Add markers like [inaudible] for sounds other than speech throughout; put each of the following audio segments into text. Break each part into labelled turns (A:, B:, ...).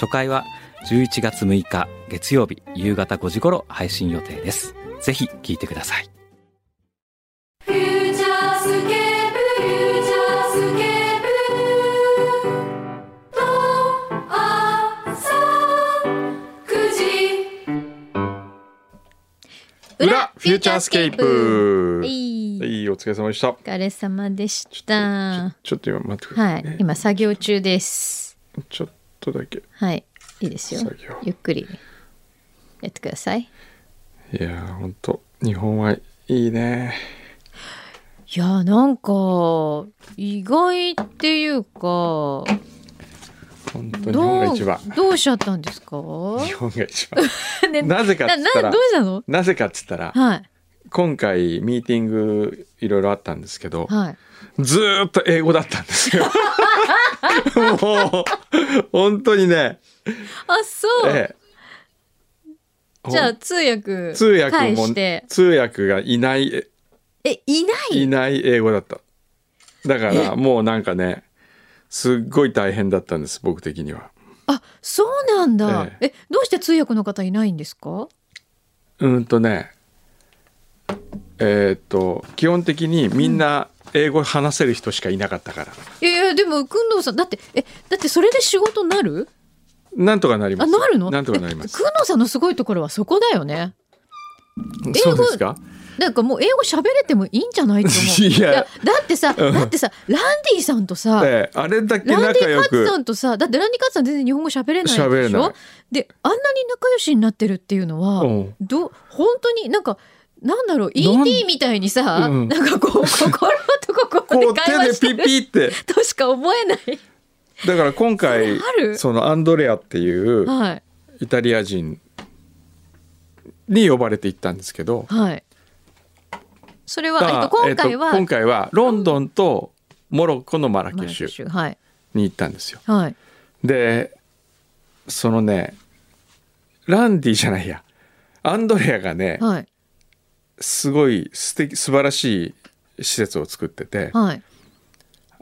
A: 初回は11月6日月曜日夕方5時頃配信予定ですぜひ聞いてください
B: フューチャースケープフューチャースケープと朝9時
C: 裏フューチャースケープ
D: はい
C: いいお疲れ様でした。
D: お疲れ様でし
C: ちょ
D: た。
C: ちょっと今待ってくだ
D: は
C: さい、
D: い
C: ね。、
D: 今作業中です。
C: ちょっとだけ。い
D: はい、いいですよ
C: 作業。
D: ゆっくりやってください。い
C: やー、ほんと、日本はいいね。
D: や、なんか意外っていうか、
C: ほん
D: ど
C: と、日
D: う
C: 本が一番。
D: どうしちゃったんですか？
C: 日本が一番。
D: ね
C: なぜかっつった
D: な
C: ら
D: どうしたの？
C: なぜかっつったら、
D: はい
C: 今回ミーティングいろいろあったんですけど、
D: はい。
C: ずーっと英語だったんですよ。もう、本当にね、
D: あ、そう。
C: ええ
D: じゃ
C: ほ
D: あ
C: ん
D: 通訳
C: 通訳も
D: 返して、
C: 通訳がいない
D: えいない
C: ない英語だった。だからもうなんかね、すっごい大変だったんです、僕的には。
D: あ、そうなんだ。
C: え
D: えどうして通訳の方いないんですか？
C: うーんとね、えーっと、基本的にみんな英語話せる人しかいなかったから。
D: いやいやでもくんどうさんだってえだってそれで仕事なる
C: なんとかなりま
D: あ
C: す。
D: なるの
C: なんとかなります
D: えくん。どうさんのすごいところはそこだよね英語
C: そうですか
D: なんかもう英語喋れてもいいんじゃないと思
C: [laughs]
D: う
C: いや
D: だってさ
C: うん
D: だってさランディさんとさ、
C: ええあれだけ
D: ランデ
C: 仲
D: ィ・
C: 良
D: カツさ
C: く。
D: んとさだってランディ・カツさん全然日本語喋れないでしょ
C: 喋れない
D: であんなに仲良しになってるっていうのは、
C: うん
D: ど本当になんかなんだろう
C: なん
D: ET みたいにさ、
C: うん
D: なんかこう心と
C: こ
D: 心
C: う
D: で会話し
C: 手
D: て
C: で
D: る
C: ピッピって。
D: としか思えない
C: だから今回
D: それあ、る
C: そのアンドレアっていう
D: はい
C: イタリア人に呼ばれて行ったんですけど、
D: はい。それは、
C: だか
D: え
C: ら
D: っと、今
C: え
D: 回は、
C: っと今回はロンドンとモロッコのマラケシュ
D: ュ。はい。
C: に行ったんですよ。
D: はい。
C: でそのねランディじゃないやアンドレアがね
D: はい。
C: すごい素敵素晴らしい施設を作ってて
D: はい。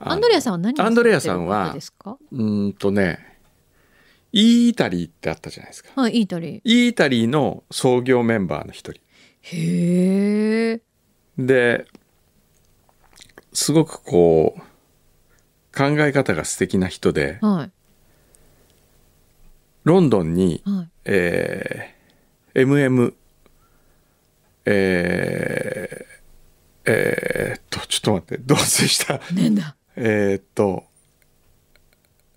C: あの
D: アンドレアさんは何を
C: アンドレアさんは
D: 作ってる方ですか
C: うーんとねイーイタリーってあったじゃないですか。
D: はい、イータリー。
C: イーイタリーの創業メンバーの一人
D: へえ。
C: ですごくこう考え方が素敵な人で
D: は
C: ロンドンに
D: い。はい。
C: えー MM えーえーっとちょっと待ってどうせした
D: なんだ。
C: えーっと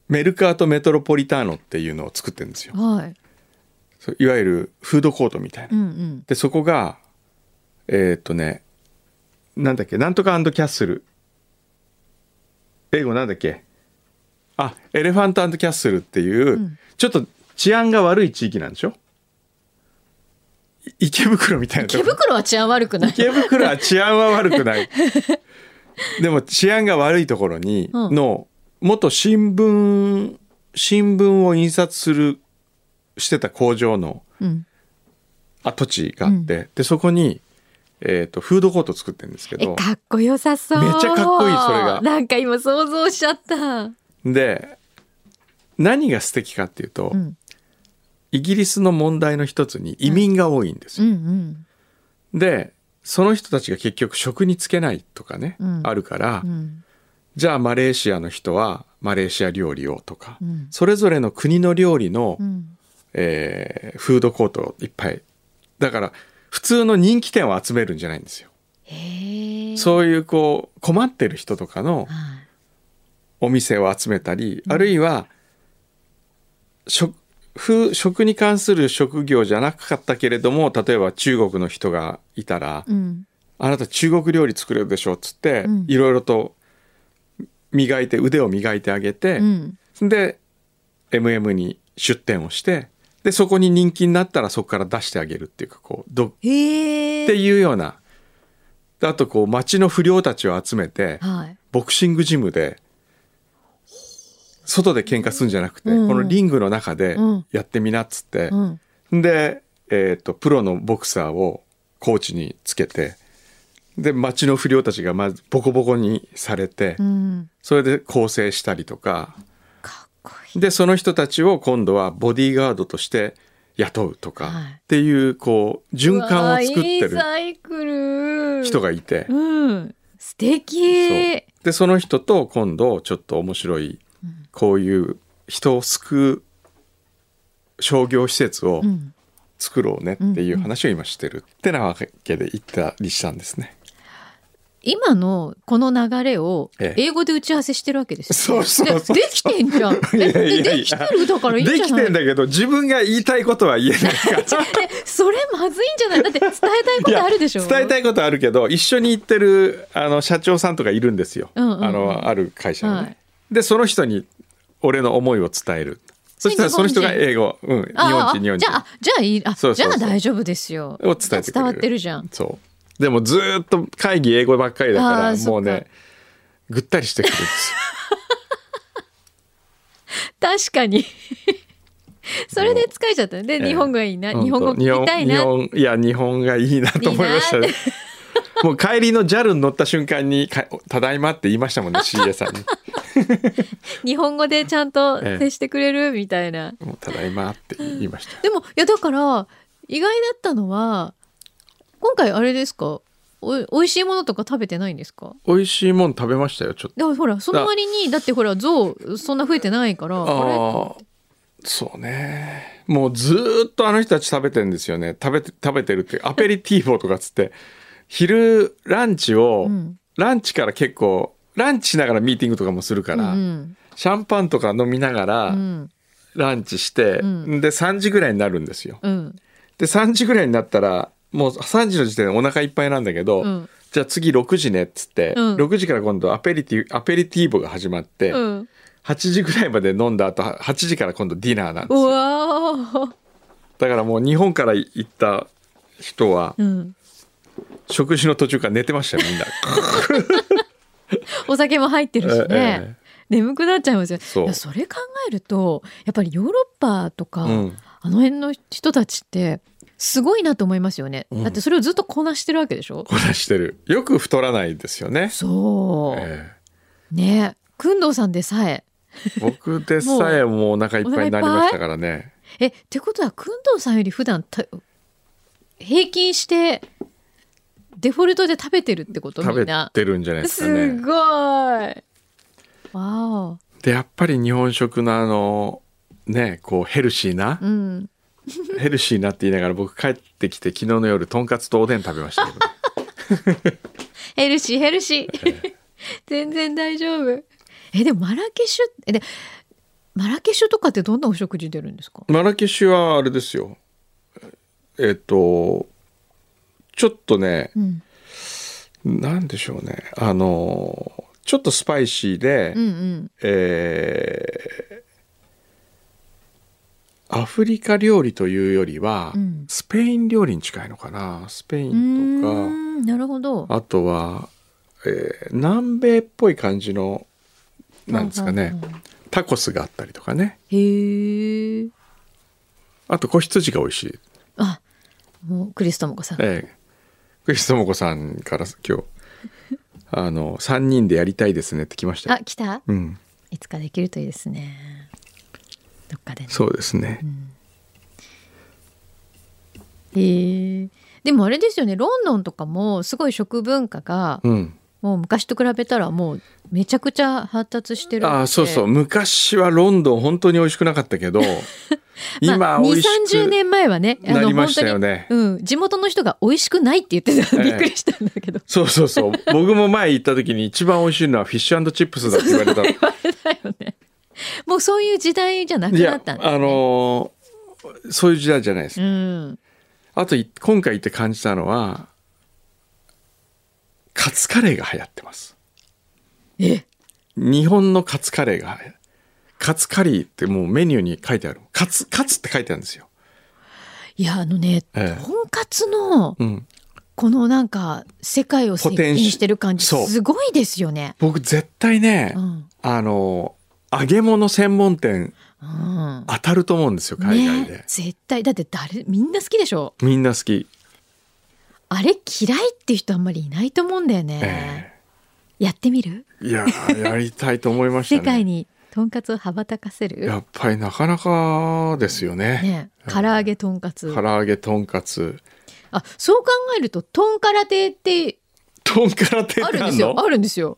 C: メルカートメトロポリターノっていうのを作ってるんですよ
D: はい。
C: そういわゆるフードコートみたいな、
D: うんうん。
C: でそこがえーっとねなんだっけなんとかキャッスル英語なんだっけあエレファントキャッスルっていう、
D: ん
C: ちょっと治安が悪い地域なんでしょい池袋みたいなと
D: 池
C: こ
D: 袋は治安悪くない。
C: 池袋は治安は悪くないでも治安が悪いところに
D: うん
C: の、元新聞新聞を印刷するしてた工場の
D: うん。
C: 跡地があって、でそこに、えー、とフードコート作ってるんですけ
D: え、
C: ど
D: かっこよさそう。
C: めっちゃかっこいいそれが
D: なんか今想像しちゃった。
C: で何が素敵かっていうと、
D: うん。
C: イギリスの問題の一つに移民が多いんです
D: うんう
C: よ。
D: ん。
C: でその人たちが結局職に就けないとかね、
D: うん
C: あるから、
D: うん。
C: じゃあマレーシアの人はマレーシア料理をとか、
D: うん
C: それぞれの国の料理の、
D: うん。
C: えーフードコートをいっぱいだから普通の人気店を集めるんじゃないんですよ。
D: へえ。
C: そういうこう困ってる人とかの
D: はい。
C: お店を集めたり、あるいは食風食に関する職業じゃなかったけれども例えば中国の人がいたら、
D: うん。
C: あなた中国料理作れるでしょっつって、
D: うん
C: いろいろと磨いて腕を磨いてあげて
D: う、ん。
C: で MM に出店をしてでそこに人気になったらそこから出してあげるっていうかこうどっ
D: へえ
C: ていうようなであとこう町の不良たちを集めて
D: はい
C: ボクシングジムで外で喧嘩するんじゃなくて、
D: うん
C: このリングの中で
D: うん
C: やってみなっつって、
D: うん
C: で、えー、とプロのボクサーをコーチにつけてで町の不良たちがまずボコボコにされて、
D: うん
C: それで構成したりとか
D: かっこいい
C: でその人たちを今度はボディーガードとして雇うとか、
D: はい
C: っていうこう循環を作って
D: うわいい
C: る
D: サイクル
C: 人がいて、
D: うん素
C: そう
D: 敵
C: でその人と今度ちょっと面白いこういう人を救う商業施設を
D: うん
C: 作ろうねっていう話を今してるってなわけで行ったりしたんですね。
D: 今のこの流れを
C: ええ
D: 英語で打ち合わせしてるわけですよ、
C: そうそうそう
D: でできてんじゃん
C: いやいやい
D: え
C: や
D: でできてるだからいいんじゃ
C: で
D: ない
C: きてんだけど自分が言いたいことは言えないから
D: えそれまずいんじゃないだって伝え [laughs] たいことあるでしょ
C: 伝えた
D: い
C: いことあるけど一緒に行ってるあの社長さんとかいるんですよ、
D: うんうんうん
C: あのある会社のね。
D: はい
C: でその人に俺の思いを伝えるそしたらその人が英語、うん、日本人日本
D: じ
C: 人
D: ゃあじゃあいいあ
C: そうそうそう
D: じゃあ大丈夫ですよ
C: を伝えてくれる
D: 伝わってるじゃん
C: そうでもずーっと会議英語ばっかりだか
D: あ
C: ら
D: ー
C: もう
D: そっか
C: ねぐったりしてくるんです
D: [laughs]
C: よ
D: 確
C: [laughs]
D: かにそれで疲れちゃったね
C: え
D: で日本がいいな、日本語
C: ほんと
D: 聞きたいな
C: 日本日本いや日本がいいなと思いましたね
D: いい
C: [laughs] もう帰りの JAL に乗った瞬間にか「ただいま」って言いましたもんね
D: [laughs]
C: CA さんに
D: 日本語でちゃんと
C: ええ
D: 接してくれるみたいな、
C: 「もうただいま」って言いました
D: でもいやだから意外だったのは今回あれですかおいおいしいものとか食べてないんですか
C: 美味しいもん食べましたよちょっと
D: でもほらその割にだってほら象そんな増えてないからあれ
C: ああそうねもうずーっとあの人たち食べてるんですよね食べて食べてる
D: [laughs]
C: ってアペリティーボとかっつって昼ランチを、
D: うん
C: ランチから結構ランチしながらミーティングとかもするか
D: う
C: ら、
D: ん
C: シャンパンとか飲みなが
D: う
C: ら
D: ん
C: ランチして、
D: うん
C: で3時ぐらいになるんですよ。
D: うん
C: で3時ぐらいになったらもう3時の時点でお腹いっぱいなんだけど、
D: うん
C: じゃあ次6時ねっつって、
D: うん
C: 6時から今度アペリティアペリティーボが始まって、
D: うん
C: 8時ぐらいまで飲んだ後8時から今度ディナーなんです
D: う
C: よ
D: わー
C: だからもう日本から行った人は
D: うん
C: 食事の途中から寝てましたよみんな。
D: [laughs] お酒も入ってるしね、
C: ええ
D: 眠くなっちゃいますよ
C: そう
D: いやそれ考えるとやっぱりヨーロッパとか、
C: うん
D: あの辺の人たちってすごいなと思いますよね、
C: うん
D: だってそれをずっとこなしてるわけでしょ
C: こなしてるよく太らないですよね。
D: そう、
C: え
D: ねくんどうさんでさえ
C: え僕でさえもうお腹いっぱいになりましたからね。
D: えってことはくんどうさんより普段た平均してデフォルトで食べてるってことみ
C: 食べ
D: んな
C: てるんじゃないですか
D: す
C: ね。
D: ごいわお
C: でやっぱり日本食のあのねこうヘルシーな
D: う、ん
C: ヘルシーなって言いながら僕帰ってきて昨日の夜とんかつとおでん食べましたけ
D: [laughs]
C: どね、
D: ヘルシーヘルシー [laughs] 全然大丈夫えでもマラケシュえでマラケシュとかってどんなお食事出るんですか
C: マラケシュはあれですよえっとちょっとね
D: うん
C: なんでしょうねあのちょっとスパイシーで、
D: うんうん
C: えーアフリカ料理というよりは、
D: うん
C: スペイン料理に近いのかなスペイ
D: うー
C: ンとか
D: んなるほど
C: あとは、えー南米っぽい感じのなんですかね
D: うんうんうん
C: タコスがあったりとかね
D: へえ
C: あと子羊が美味しい、
D: あもうクリストモコさん
C: ええクリストモコさんから今日あの3人でやりたいですねって来ました
D: あ
C: よ
D: 来た
C: うん
D: いつかできるといいですねどっかでね
C: そうですね、
D: へえでもあれですよねロンドンとかもすごい食文化が
C: うん、
D: もう昔と比べたらもうめちゃくちゃ発達してる
C: ああそうそう
D: ま
C: 昔はロンドン本当に美味しくなかった
D: [laughs]
C: けど今
D: あ、
C: 美
D: 2
C: 味しく、
D: 30年前はねあ
C: な
D: の
C: りましたよね
D: 本当にうん、地元の人が美味しくないって言ってたの
C: ええ
D: びっくりしたんだけど、
C: そうそうそう僕も前行った時に一番美味しいのはフィッシュチップスだって言われたの
D: [laughs] 言われたよねもうそういう時代じゃなく
C: い
D: な
C: や
D: ったんです、ね、
C: あのーそういう時代じゃないです、
D: うん
C: あとい今回行って感じたのはカツカレーが流行ってます
D: え
C: 日本のカツカレーが流行カツカリーってもうメニューに書いてあるカツカツって書いてあるんですよ、
D: いやあのね、
C: ええ
D: とんかつの
C: うん、
D: このなんか世界を席
C: ポテン
D: 巻
C: シ
D: してる感じ
C: そう
D: すごいですよね。
C: 僕絶対ね、
D: うん
C: あの揚げ物専門店
D: うん、
C: 当たると思うんですよ海外で、
D: ね、絶対だって誰みんな好きでしょ
C: みんな好き、
D: あれ嫌いっていう人あんまりいないと思うんだよね、
C: え
D: やってみる、
C: えいやーやりたいと思いました
D: [laughs] 世
C: ね
D: 界にとんかつを羽ばたかせる
C: やっぱりなかなかですよね
D: ね唐揚げとんかつ
C: 唐揚げとんかつ
D: あそう考えるととんから亭って
C: とんから亭っ
D: あ
C: て
D: るん
C: あ
D: で
C: ん
D: すよ
C: の
D: あるんですよ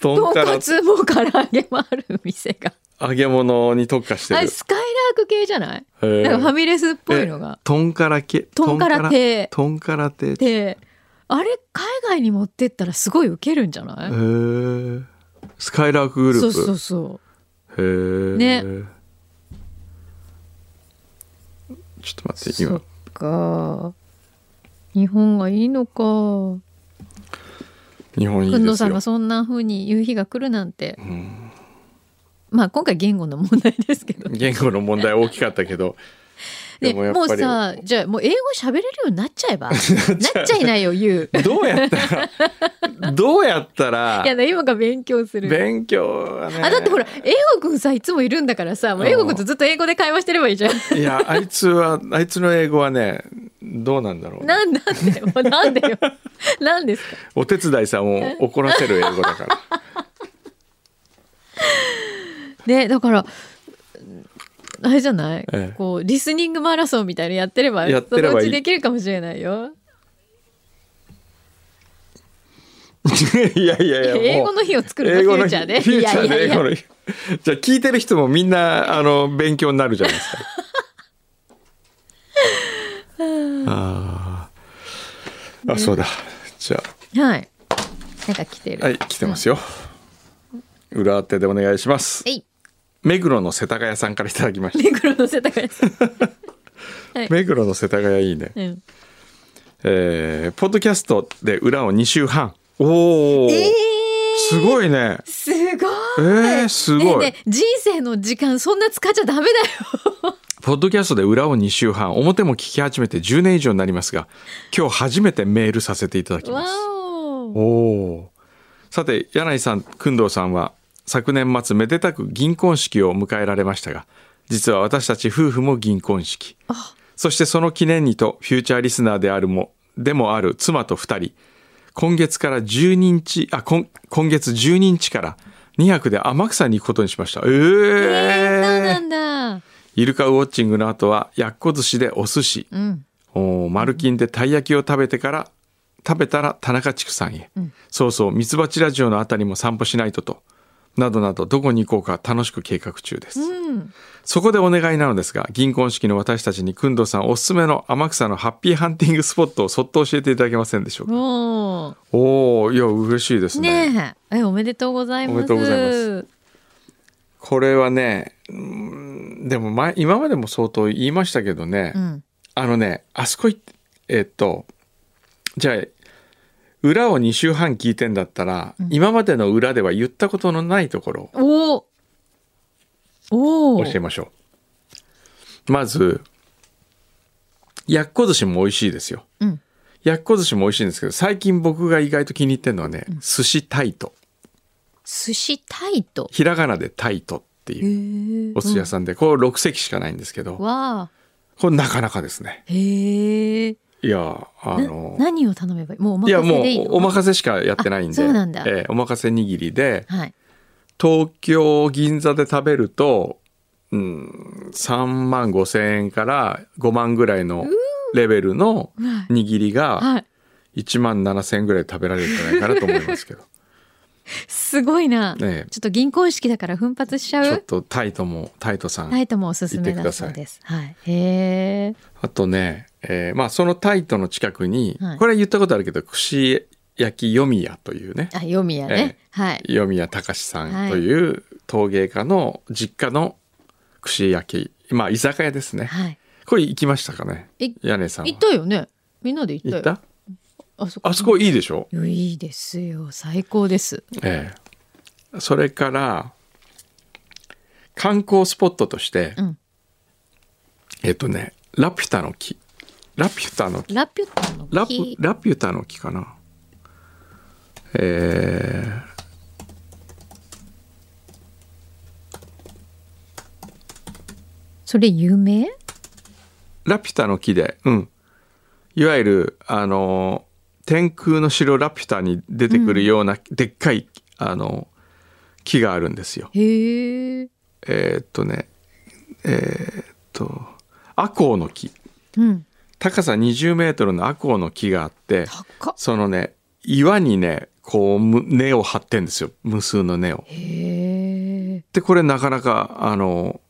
C: と
D: と
C: ん
D: ん
C: か
D: からつも唐揚げもある店
C: [laughs]
D: が
C: 揚げ物に特化して
D: あれ
C: る
D: スカイラーク系じゃない
C: へー
D: なんかファミレスっぽいのが
C: えとんからけ
D: とんから亭
C: とんから亭へ
D: であれ海外に持ってったらすごいウケるんじゃない、
C: ースカイラークグルー
D: そ
C: プ
D: うそうそう
C: へー
D: ね
C: ちょっと待って
D: そ
C: 今
D: っか日本がいいのか
C: 日本いい
D: くん
C: で
D: の
C: す
D: さん
C: よ
D: がそんな風に言う日が来るなんて、まあ今回言語の問題ですけど
C: 言語の問題大きかったけど
D: ね
C: でもやっ
D: もう
C: ぱり
D: さじゃあもう英語喋れるようになっちゃえ
C: [laughs]
D: ばなっちゃいないよ言う
C: どうやった
D: [laughs]
C: らどうやったら
D: いやだ今が勉強する
C: 勉強はね
D: あだってほら英語くんさいつもいるんだからさもう英語くんとずっと英語で会話してればいいじゃん
C: いやあいつはあいつの英語はねどうなんだろうね、
D: なんなんでよもうなんでよ
C: [laughs]
D: なんですか
C: お手伝いさんを怒らせる英語だ
D: [laughs]
C: から
D: ねだからあれじゃない、
C: ええ
D: こうリスニングマラソンみたいなのやってれば
C: やってればいい
D: そのうちできるかもしれないよ
C: いやいやいやもう
D: 英語の日を作るの
C: 英語
D: フュ
C: の
D: ー
C: 日
D: チャーで
C: フューチャー
D: いや
C: で英
D: いやい
C: 語
D: や
C: の日じゃあ聞いてる人もみんなあの勉強になるじゃないです
D: [laughs]
C: かあーあそうだじゃ
D: はいなんか来てる
C: あはい来てますよ、裏当てでお願いします
D: えい
C: 目黒の世田谷さんからいただきました
D: 目黒の世田谷さん、はい
C: 目黒の世田谷いいね、
D: うん、
C: えーポッドキャストで裏を2週半おお、
D: えー
C: すごいね
D: すごい
C: えー、すごい、
D: ねえねえ人生の時間そんな使っちゃダメ
C: [laughs]
D: だよ
C: ポッドキャストで裏を2週半、表も聞き始めて10年以上になりますが、今日初めてメールさせていただきま
D: わ
C: す。
D: お
C: おお。さて、柳井さん、工藤さんは、昨年末めでたく銀婚式を迎えられましたが、実は私たち夫婦も銀婚式。そしてその記念にと、フューチャーリスナーであるも、でもある妻と2人、今月から12日、あ、今今月12日から2泊で天草に行くことにしました。ええ
D: えー、そうなんだ
C: イルカウォッチングの後はやっこ寿司でお寿司、
D: うん
C: おーマルキンでたい焼きを食べてから食べたら田中畜さんへ、そうそうミツバチラジオのあたりも散歩しないととなどなどどこに行こうか楽しく計画中です、
D: うん
C: そこでお願いなのですが銀婚式の私たちに工藤さんおすすめの天草のハッピーハンティングスポットをそっと教えていただけませんでしょうか、
D: お
C: おおいや嬉しいです
D: ー
C: ね
D: ねええおめでとうございます
C: おめでとうございますこれはねうーんでも前今までも相当言いましたけどね、
D: うん
C: あのね、あそこ行って、えっと、じゃあ、裏を2週半聞いてんだったら、今までの裏では言ったことのないところ
D: おおお
C: を
D: お
C: 教えましょう。まず、やっこ寿司も美味しいですよ。
D: うん
C: やっこ寿司も美味しいんですけど、最近僕が意外と気に入ってるのはね、寿司タイト。
D: 寿司タイト
C: ひらがなでタイトって
D: へ
C: いう
D: え
C: お寿司屋さんで、これ6席しかないんですけど、
D: わあ
C: これなかなかですね。
D: へえ
C: いや、あの
D: な、何を頼めばいいもうお
C: いや
D: 任
C: も
D: せ
C: う
D: でいいの
C: お任せしかやってないんで
D: あそうなんだ
C: ええお任せ握りで
D: はい
C: 東京銀座で食べると、うん、3万5千円から5万ぐらいのレベルの
D: はい
C: 握り
D: は
C: が
D: い
C: 1万7千円ぐらい食べられるんじゃないかなと思います
D: [laughs]
C: けど
D: すごいな、
C: ええ
D: ちょっと銀婚式だから奮発しちゃ
C: ちょっ
D: う
C: とタイトもタイトさん、
D: タイトもおすすめだそうですはいへえ
C: あとね、ええまあ、そのタイトの近くに、
D: はい
C: これは言ったことあるけど串焼きよみやというね
D: あ読みやね、
C: え
D: はい
C: 読谷隆さんという陶芸家の実家の串焼きまあ居酒屋ですね
D: はい
C: これ行きましたかね
D: い
C: 屋根さんは
D: 行ったよねみんなで行ったよ
C: 行った
D: あそこ
C: あそこいいでしょ、
D: いいですよ最高です
C: ええそれから観光スポットとして、
D: うん
C: えっとねラピュタの木ラピュタの木
D: ラピュタの
C: ラ
D: 木
C: ラピュタの木かなえー
D: それ有名
C: ラピュタの木でうんいわゆるあの天空の城ラピュタに出てくるような、でっかいあの木があるんですよ
D: へえ
C: えーっとねえーっとアコウの木
D: うん
C: 高さ20メートルのアコウの木があって
D: 高っ
C: そのね岩にねこうむ根を張ってんですよ無数の根を。
D: へえ
C: でこれなかなかあの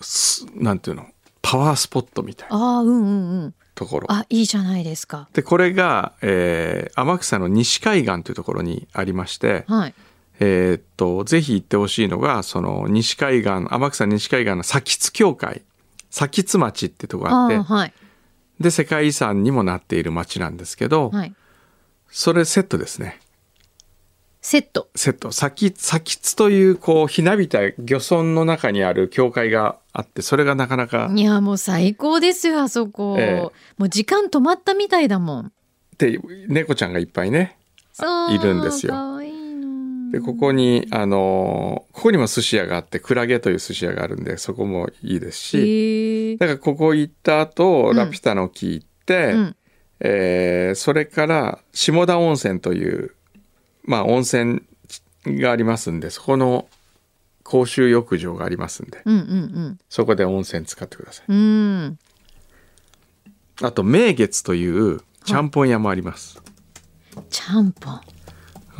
C: すなんていうのパワースポットみたいな
D: ああうんうんうん
C: ところ。
D: あいいじゃないですか
C: でこれが、えー天草の西海岸というところにありまして、
D: はい
C: えーっとぜひ行ってほしいのがその西海岸天草西海岸の佐津教会佐津町ってとこがあ
D: あ
C: って
D: あはい
C: で世界遺産にもなっている町なんですけど、
D: はい
C: それセットですね。
D: セット
C: セット先先津というこうひなびた漁村の中にある教会があってそれがなかなか
D: いやもう最高ですよあそこ、
C: ええ
D: もう時間止まったみたいだもん
C: で猫ちゃんがいっぱいね
D: そう
C: いるんですよ
D: かわいいの
C: でここにあのーここにも寿司屋があってクラゲという寿司屋があるんでそこもいいですし
D: へえ
C: だからここ行った後
D: うん
C: ラピュタの木行って、
D: うん
C: えーそれから下田温泉というまあ温泉がありますんでそこの公衆浴場がありますんで
D: うんうん
C: そこで温泉使ってください。
D: うんうん
C: あと名月というちゃんぽん屋もあります。
D: ちゃんぽん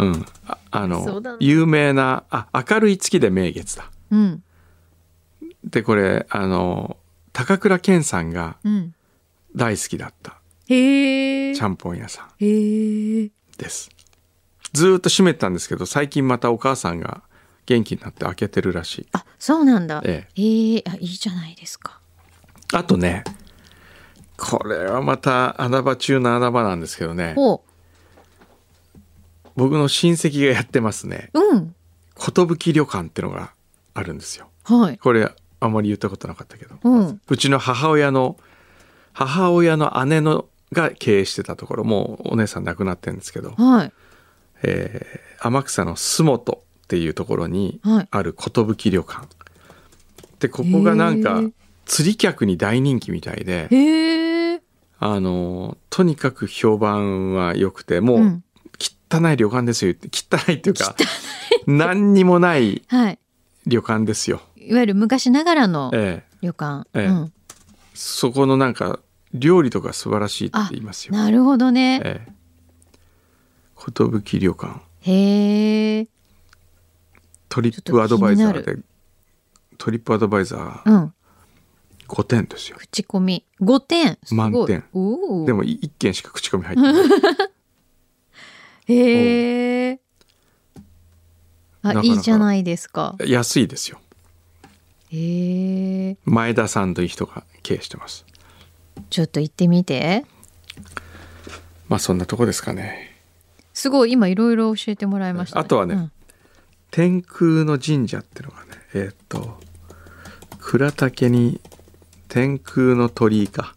C: うん、ああ
D: そう
C: の
D: だな
C: 有名なあ明るい月で名月だ。
D: うん
C: でこれあの高倉健さんが
D: うん
C: 大好きだった
D: へえ
C: ちゃんぽん屋さん
D: へえ
C: です。ずーっと閉めてたんですけど最近またお母さんが元気になって開けてるらしい。
D: あそうなんだ
C: え
D: ええあいいじゃないですか
C: あとねこれはまた穴場中の穴場なんですけどね
D: ほ
C: 僕の親戚がやってますね
D: ううん
C: 寿旅館ってのがあるんですよ。
D: はい
C: これあんまり言ったことなかったけど、
D: うん
C: ちの母親の母親の姉のが経営してたところもうお姉さん亡くなってるんですけど、
D: はい
C: えー天草の洲本っていうところに
D: はい
C: ある寿旅館、でここがなん
D: へ
C: か
D: ー
C: 釣り客に大人気みたいで、
D: へえ
C: あのーとにかく評判は良くてもう、
D: うん
C: 汚い旅館ですよ汚いっていうか何にもない
D: はい
C: 旅館ですよ。
D: いわゆる昔ながらの
C: ええ
D: 旅館、
C: ええ
D: うん、
C: そこのなんか料理とか素晴らしいって言いますよ。
D: なるほどね、
C: ええ。寿旅館
D: へえ
C: トリップアドバイザ
D: ちょっと
C: ー
D: 気
C: でトリップアドバイザ
D: う
C: ー
D: ん
C: 5点ですよ。
D: 口コミ5点すごい
C: 満点
D: おお
C: でも1件しか口コミ入ってない。
D: へえあ
C: なかなか
D: いいじゃないですか [laughs]
C: 安いですよ。
D: へえ
C: 前田さんという人が経営してます。
D: ちょっと行ってみて
C: まあそんなとこですかね。
D: すごい今いろいろ教えてもらいました、
C: あとはね
D: うん
C: 天空の神社ってのがね、えーっと、倉竹に天空の鳥居か。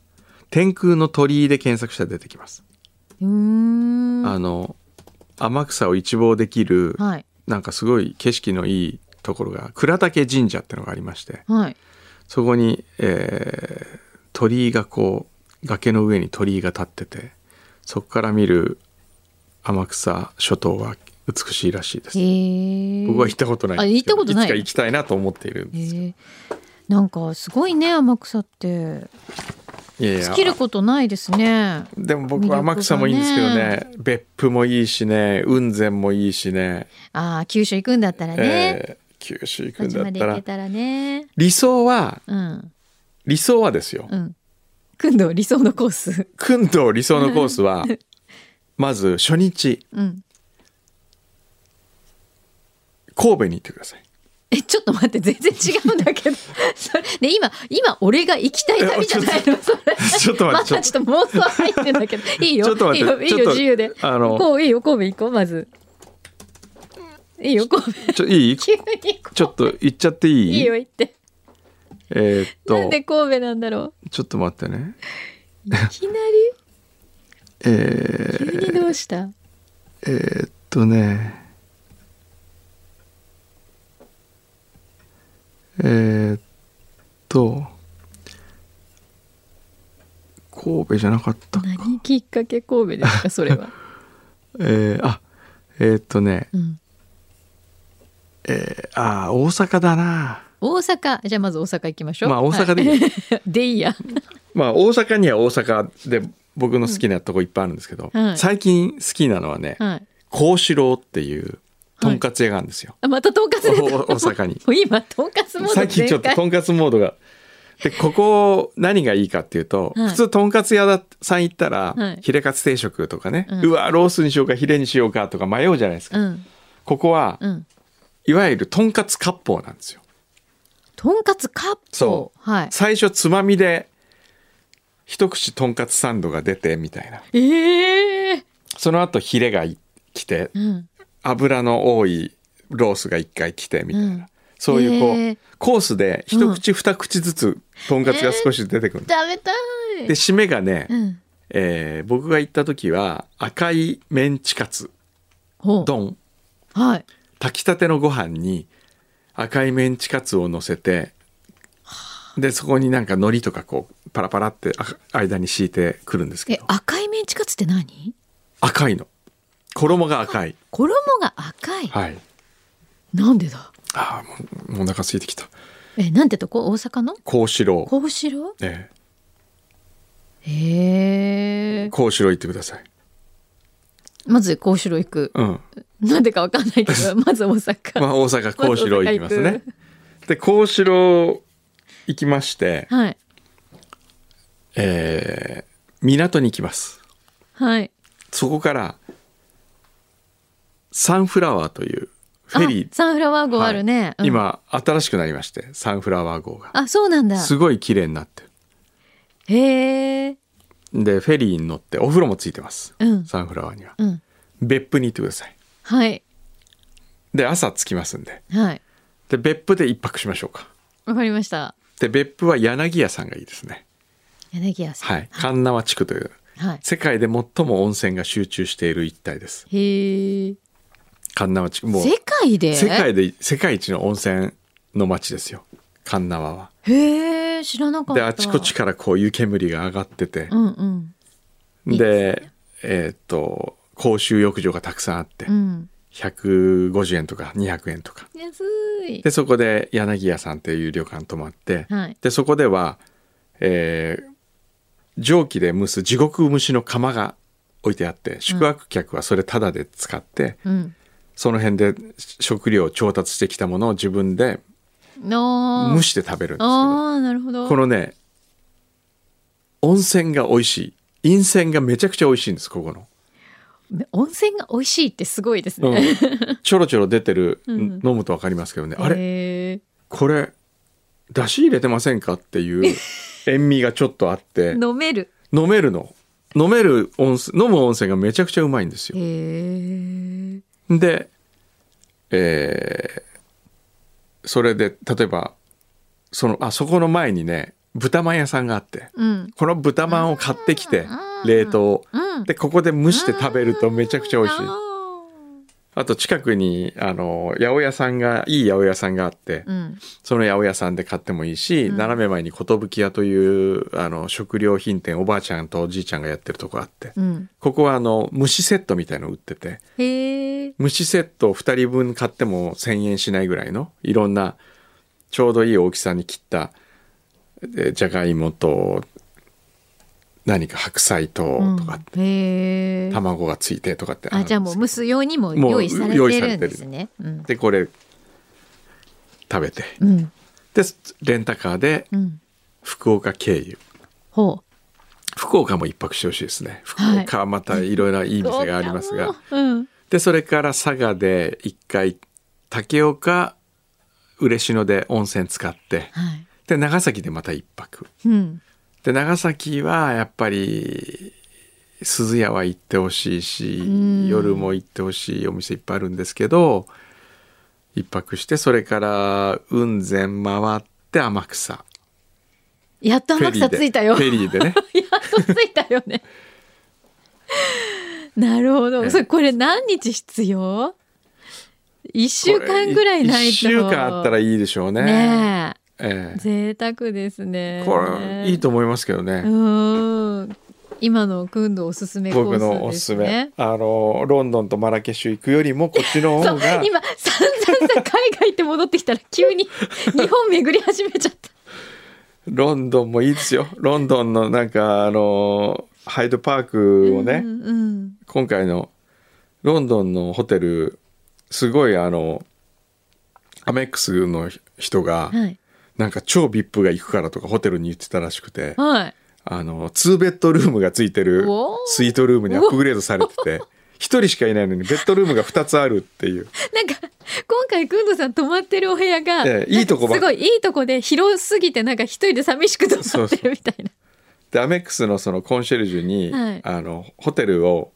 C: 天空の鳥居で検索したら出てきます。
D: うーん
C: あの天草を一望できる、
D: はい
C: なんかすごい景色のいいところが倉岳神社ってのがありまして
D: はい
C: そこに、えー鳥居がこう崖の上に鳥居が立っててそこから見る天草諸島は美しいらしいです、
D: へえ
C: 僕は行ったことないんですけど
D: あ行ったことない
C: いつか行きたいなと思っているん
D: へ
C: です
D: えなんかすごいね天草って
C: いやい
D: 尽
C: や
D: きることないですね
C: でも
D: 魅
C: 僕
D: 力が
C: は
D: ね
C: 天草もいいんですけどね別府もいいしね雲仙もいいしね、
D: ああ九州行くんだったらね、
C: えー九州行
D: こ
C: く
D: っ
C: ん
D: ち
C: だ
D: ま
C: っ
D: で
C: た
D: 行
C: ら
D: けたらね
C: 理想は
D: うん
C: 理想はですよ
D: うんくんど理想のコース
C: 君と理想のコース
D: [laughs]
C: はまず初日
D: うん
C: 神戸に行ってくださ
D: [laughs]
C: い
D: えちょっと待って全然違うんだけ
C: [laughs]
D: どそれね今今俺が行きたい旅じゃないのそれ
C: ちょっと
D: まだ
C: 待っ
D: ち
C: て
D: ょっ
C: ち
D: と妄想入ってんだ
C: [laughs]
D: けどいいよ
C: ちょっと待って
D: いいよいい
C: ちょっ
D: よ
C: と
D: 自由で
C: あの
D: こういいよ神戸行こうまずいいよごめん
C: ちょいい
D: 急に
C: ちょっと言っちゃっていい
D: いいよ言って
C: えーっ
D: なん
C: と
D: で神戸なんだろ
C: ちょっと待ってね
D: ういきな
C: え [laughs]
D: り急
C: ー、
D: にどうした、
C: えーっとねえー、っと神戸じゃなかったか
D: 何きっかけ神戸ですかそ
C: [laughs]
D: れは、
C: えー、あえー、っとね
D: うん、
C: えー、あー大阪だな
D: 大阪じゃあまず大阪行きましょう
C: まあ大阪でいいよ
D: はい、 [laughs] でいいや
C: まあ大阪には大阪で僕の好きなとこいっぱいあるんですけど、
D: うんはい
C: 最近好きなのはね
D: はい
C: 幸四郎っていうとんかつ屋があるんですよ、
D: あまたとんかつ出た
C: おお大阪に
D: もう [laughs] 今とんかつモード
C: 最近ちょっと
D: 全開
C: とんかつモードがでここ何がいいかっていうと、
D: はい
C: 普通とんかつ屋ださん行ったら、
D: はい
C: ヒレカツ定食とかね、
D: うん
C: うわロースにしようかヒレにしようかとか迷うじゃないですか、
D: うん
C: ここは、
D: うん
C: いわゆるとんかつ割烹なんですよ
D: とんかつカップ
C: そう
D: はい
C: 最初つまみで一口とんかつサンドが出てみたいな
D: ええ
C: その後ヒレがい来て
D: うん
C: 油の多いロースが一回来てみたいな、
D: うん
C: そういうこう、
D: へー
C: コースで一口二口ずつとんかつが少し出てくる、
D: 食べたい
C: で締めがね、
D: うん
C: えー僕が行った時は赤いメンチカツ
D: ほう
C: 丼
D: はい
C: 炊きたてのご飯に赤いメンチカツを乗せてでそこになんか海苔とかこうパラパラってあ間に敷いてくるんですけ
D: え
C: ど
D: 赤いメンチカツって何
C: 赤いの衣が赤い
D: 衣が赤い、
C: はい
D: なんでだ
C: あーもうもうお腹空いてきた
D: えなんてとこ大阪の
C: 幸四郎
D: 幸四郎
C: え
D: へ
C: え
D: え
C: 幸四郎行ってください
D: まず幸四郎行く
C: うん
D: なんでかわかんない
C: [laughs]
D: けどまず大阪、
C: まあ大阪幸四郎行きます
D: [laughs] まず
C: ね
D: 大阪
C: で幸四郎行きまして
D: はい
C: えー港に行きます
D: はい
C: そこからサンフラワーというフェリー
D: あサンフラワー号あるね、
C: はい
D: うん
C: 今新しくなりましてサンフラワー号が
D: あそうなんだ
C: すごい綺麗になってる
D: へえ
C: でフェリーに乗ってお風呂もついてます、
D: うん
C: サンフラワーには
D: うん
C: 別府に行ってください
D: はい
C: で朝着きますんで
D: はい
C: で別府で一泊しましょうか
D: わかりました
C: で別府は柳屋さんがいいですね
D: 柳家さん
C: はい神縄地区という
D: はい
C: 世界で最も温泉が集中している一帯です
D: へえ
C: 神縄地区もう
D: 世界で
C: 世界で世界一の温泉の町ですよ神縄は
D: へえ知らなかっ
C: で
D: た
C: あちこちからこういう煙が上がってて
D: う、んうんいい
C: でえーっと公衆浴場がたくさんあって、
D: うん
C: 150円とか200円とか
D: 安い
C: でそこで柳屋さんっていう旅館泊まって、
D: はい
C: でそこでは、えー蒸気で蒸す地獄蒸しの釜が置いてあって宿泊客はそれタダで使って、
D: うん
C: その辺で食料を調達してきたものを自分で
D: の
C: 蒸して食べるんですけど
D: ああなるほど
C: このね温泉が美味しい陰泉がめちゃくちゃ美味しいんですここの、
D: 温泉が美味しいってすごいですね、
C: ちょろちょろ出てる、
D: うん
C: 飲むと分かりますけどね、あれ
D: れ
C: これだし入れてませんかっていう塩味がちょっとあ
D: [laughs]
C: って
D: 飲める
C: 飲めるの飲める温泉飲む温泉がめちゃくちゃうまいんです
D: へ
C: よ
D: え
C: でえーそれで例えばそのあそこの前にね豚まん屋さんがあって
D: うん
C: この豚まんを買ってきて
D: うん
C: 冷凍
D: うん
C: でここで蒸して食べるとめちゃくちゃ美味しい
D: あ
C: あと近くにあの八百屋さんがいい八百屋さんがあって
D: ーうん
C: その八百屋さんで買ってもいいし、斜め前に寿屋というあの食料品店おばあちゃんとおじいちゃんがやってるとこあって、
D: うん
C: ここはあの蒸しセットみたいの売ってて
D: へえ
C: 蒸しセットを2人分買っても1,000円しないぐらいのいろんなちょうどいい大きさに切ったえじゃがいもと何か白菜ととか、
D: へえ
C: 卵がついてとかって
D: あ
C: るん
D: じゃあ
C: で
D: も
C: す
D: う蒸す用にも用意され
C: もう用
D: て
C: 意さ
D: る
C: れ
D: ん
C: てる
D: ですねうん
C: でこれ食べて
D: うん
C: でレンタカーで
D: うん
C: 福岡経由
D: ほう
C: 福岡も一泊してほしいですね福
D: はい
C: 岡はまたいろいろいい店がありますが、
D: うん
C: でそれから佐賀で一回竹岡嬉野で温泉使って
D: はい
C: で長崎でまた一泊
D: うん
C: で長崎はやっぱり鈴屋は行ってほしいし夜も行ってほしいお店いっぱいあるんですけど一泊してそれから雲仙回って天草
D: やっと天草着いたよ。
C: フェリーでフェリーでね
D: やっと着いたよね。 [laughs] なるほ
C: え
D: ど。
C: え
D: それこれ何日必要？ [laughs] 一週間ぐらいない
C: 1
D: と。
C: 週間あったらいいでしょうね
D: ね
C: え
D: え、贅沢ですね
C: え。これいいと思いますけどね、
D: うーん。今のくんどおすすめコースです
C: 僕
D: ね。
C: のおすすめ、あのロンドンとマラケシュ行くよりもこっちの
D: そ
C: 方
D: う
C: が
D: 今散々さ海外行って戻ってきたら急
C: [laughs]
D: に日本巡り始めちゃった。
C: ロンドンもいいですよロンドンのなんかあのハイドパークをね、
D: うんうん
C: 今回のロンドンのホテルすごいあのアメックスの人が
D: はい
C: なんか超 VIP が行くからとかホテルに言ってたらしくて
D: はい。
C: あの2ベッドルームがついてる
D: おー
C: スイートルームにアップグレードされてて1人しかいないのにベッドルームが2つあるっていう
D: なんか今回くんどさん泊まってるお部屋が、
C: ええいいとこば
D: なんかすごいいいとこで広すぎてなんか一人で寂しく泊まってるみたいな
C: でアメックスのそのコンシェルジュに、
D: はい
C: あのホテルを、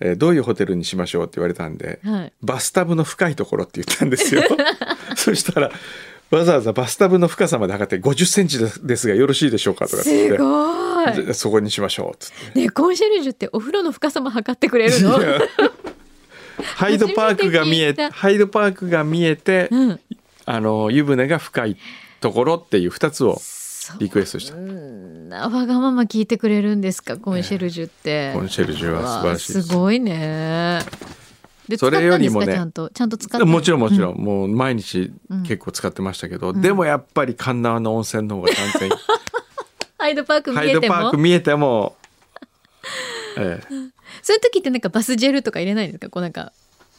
C: えーどういうホテルにしましょうって言われたんで、
D: はい
C: バスタブの深いところって言ったんです
D: [laughs]
C: よそしたらわざわざバスタブの深さまで測って5 0センチですがよろしいでしょうかとかって
D: す
C: 言
D: ご
C: って
D: い
C: でそこにしましょうっつって
D: ねえコンシェルジュってお風呂の深さも測ってくれる
C: [laughs]
D: の
C: いやハイドパークが見え
D: 初めて聞いた
C: ハイドパークが見えて、
D: うん
C: あの湯船が深いところっていう2つを
D: そ
C: リクエストした
D: んなわがまま聞いてくれるんですかコンシェルジュって、
C: コンシェルジュは素晴らしい
D: わ
C: で
D: あ
C: す
D: すごいねで
C: それよりもね
D: 使ったんですかちゃんとちゃんと使った
C: もちろんもち
D: ん、
C: ろん、もう毎日結構使ってましたけど、でもやっぱり神奈川の温泉の方が完
D: [laughs]
C: 全に
D: ハイドパーク見
C: ハイ
D: え
C: ド
D: て
C: パー
D: も
C: ク見えても、ええ、
D: そういう時ってなんかバスジェルとか入れないんですかこうなんか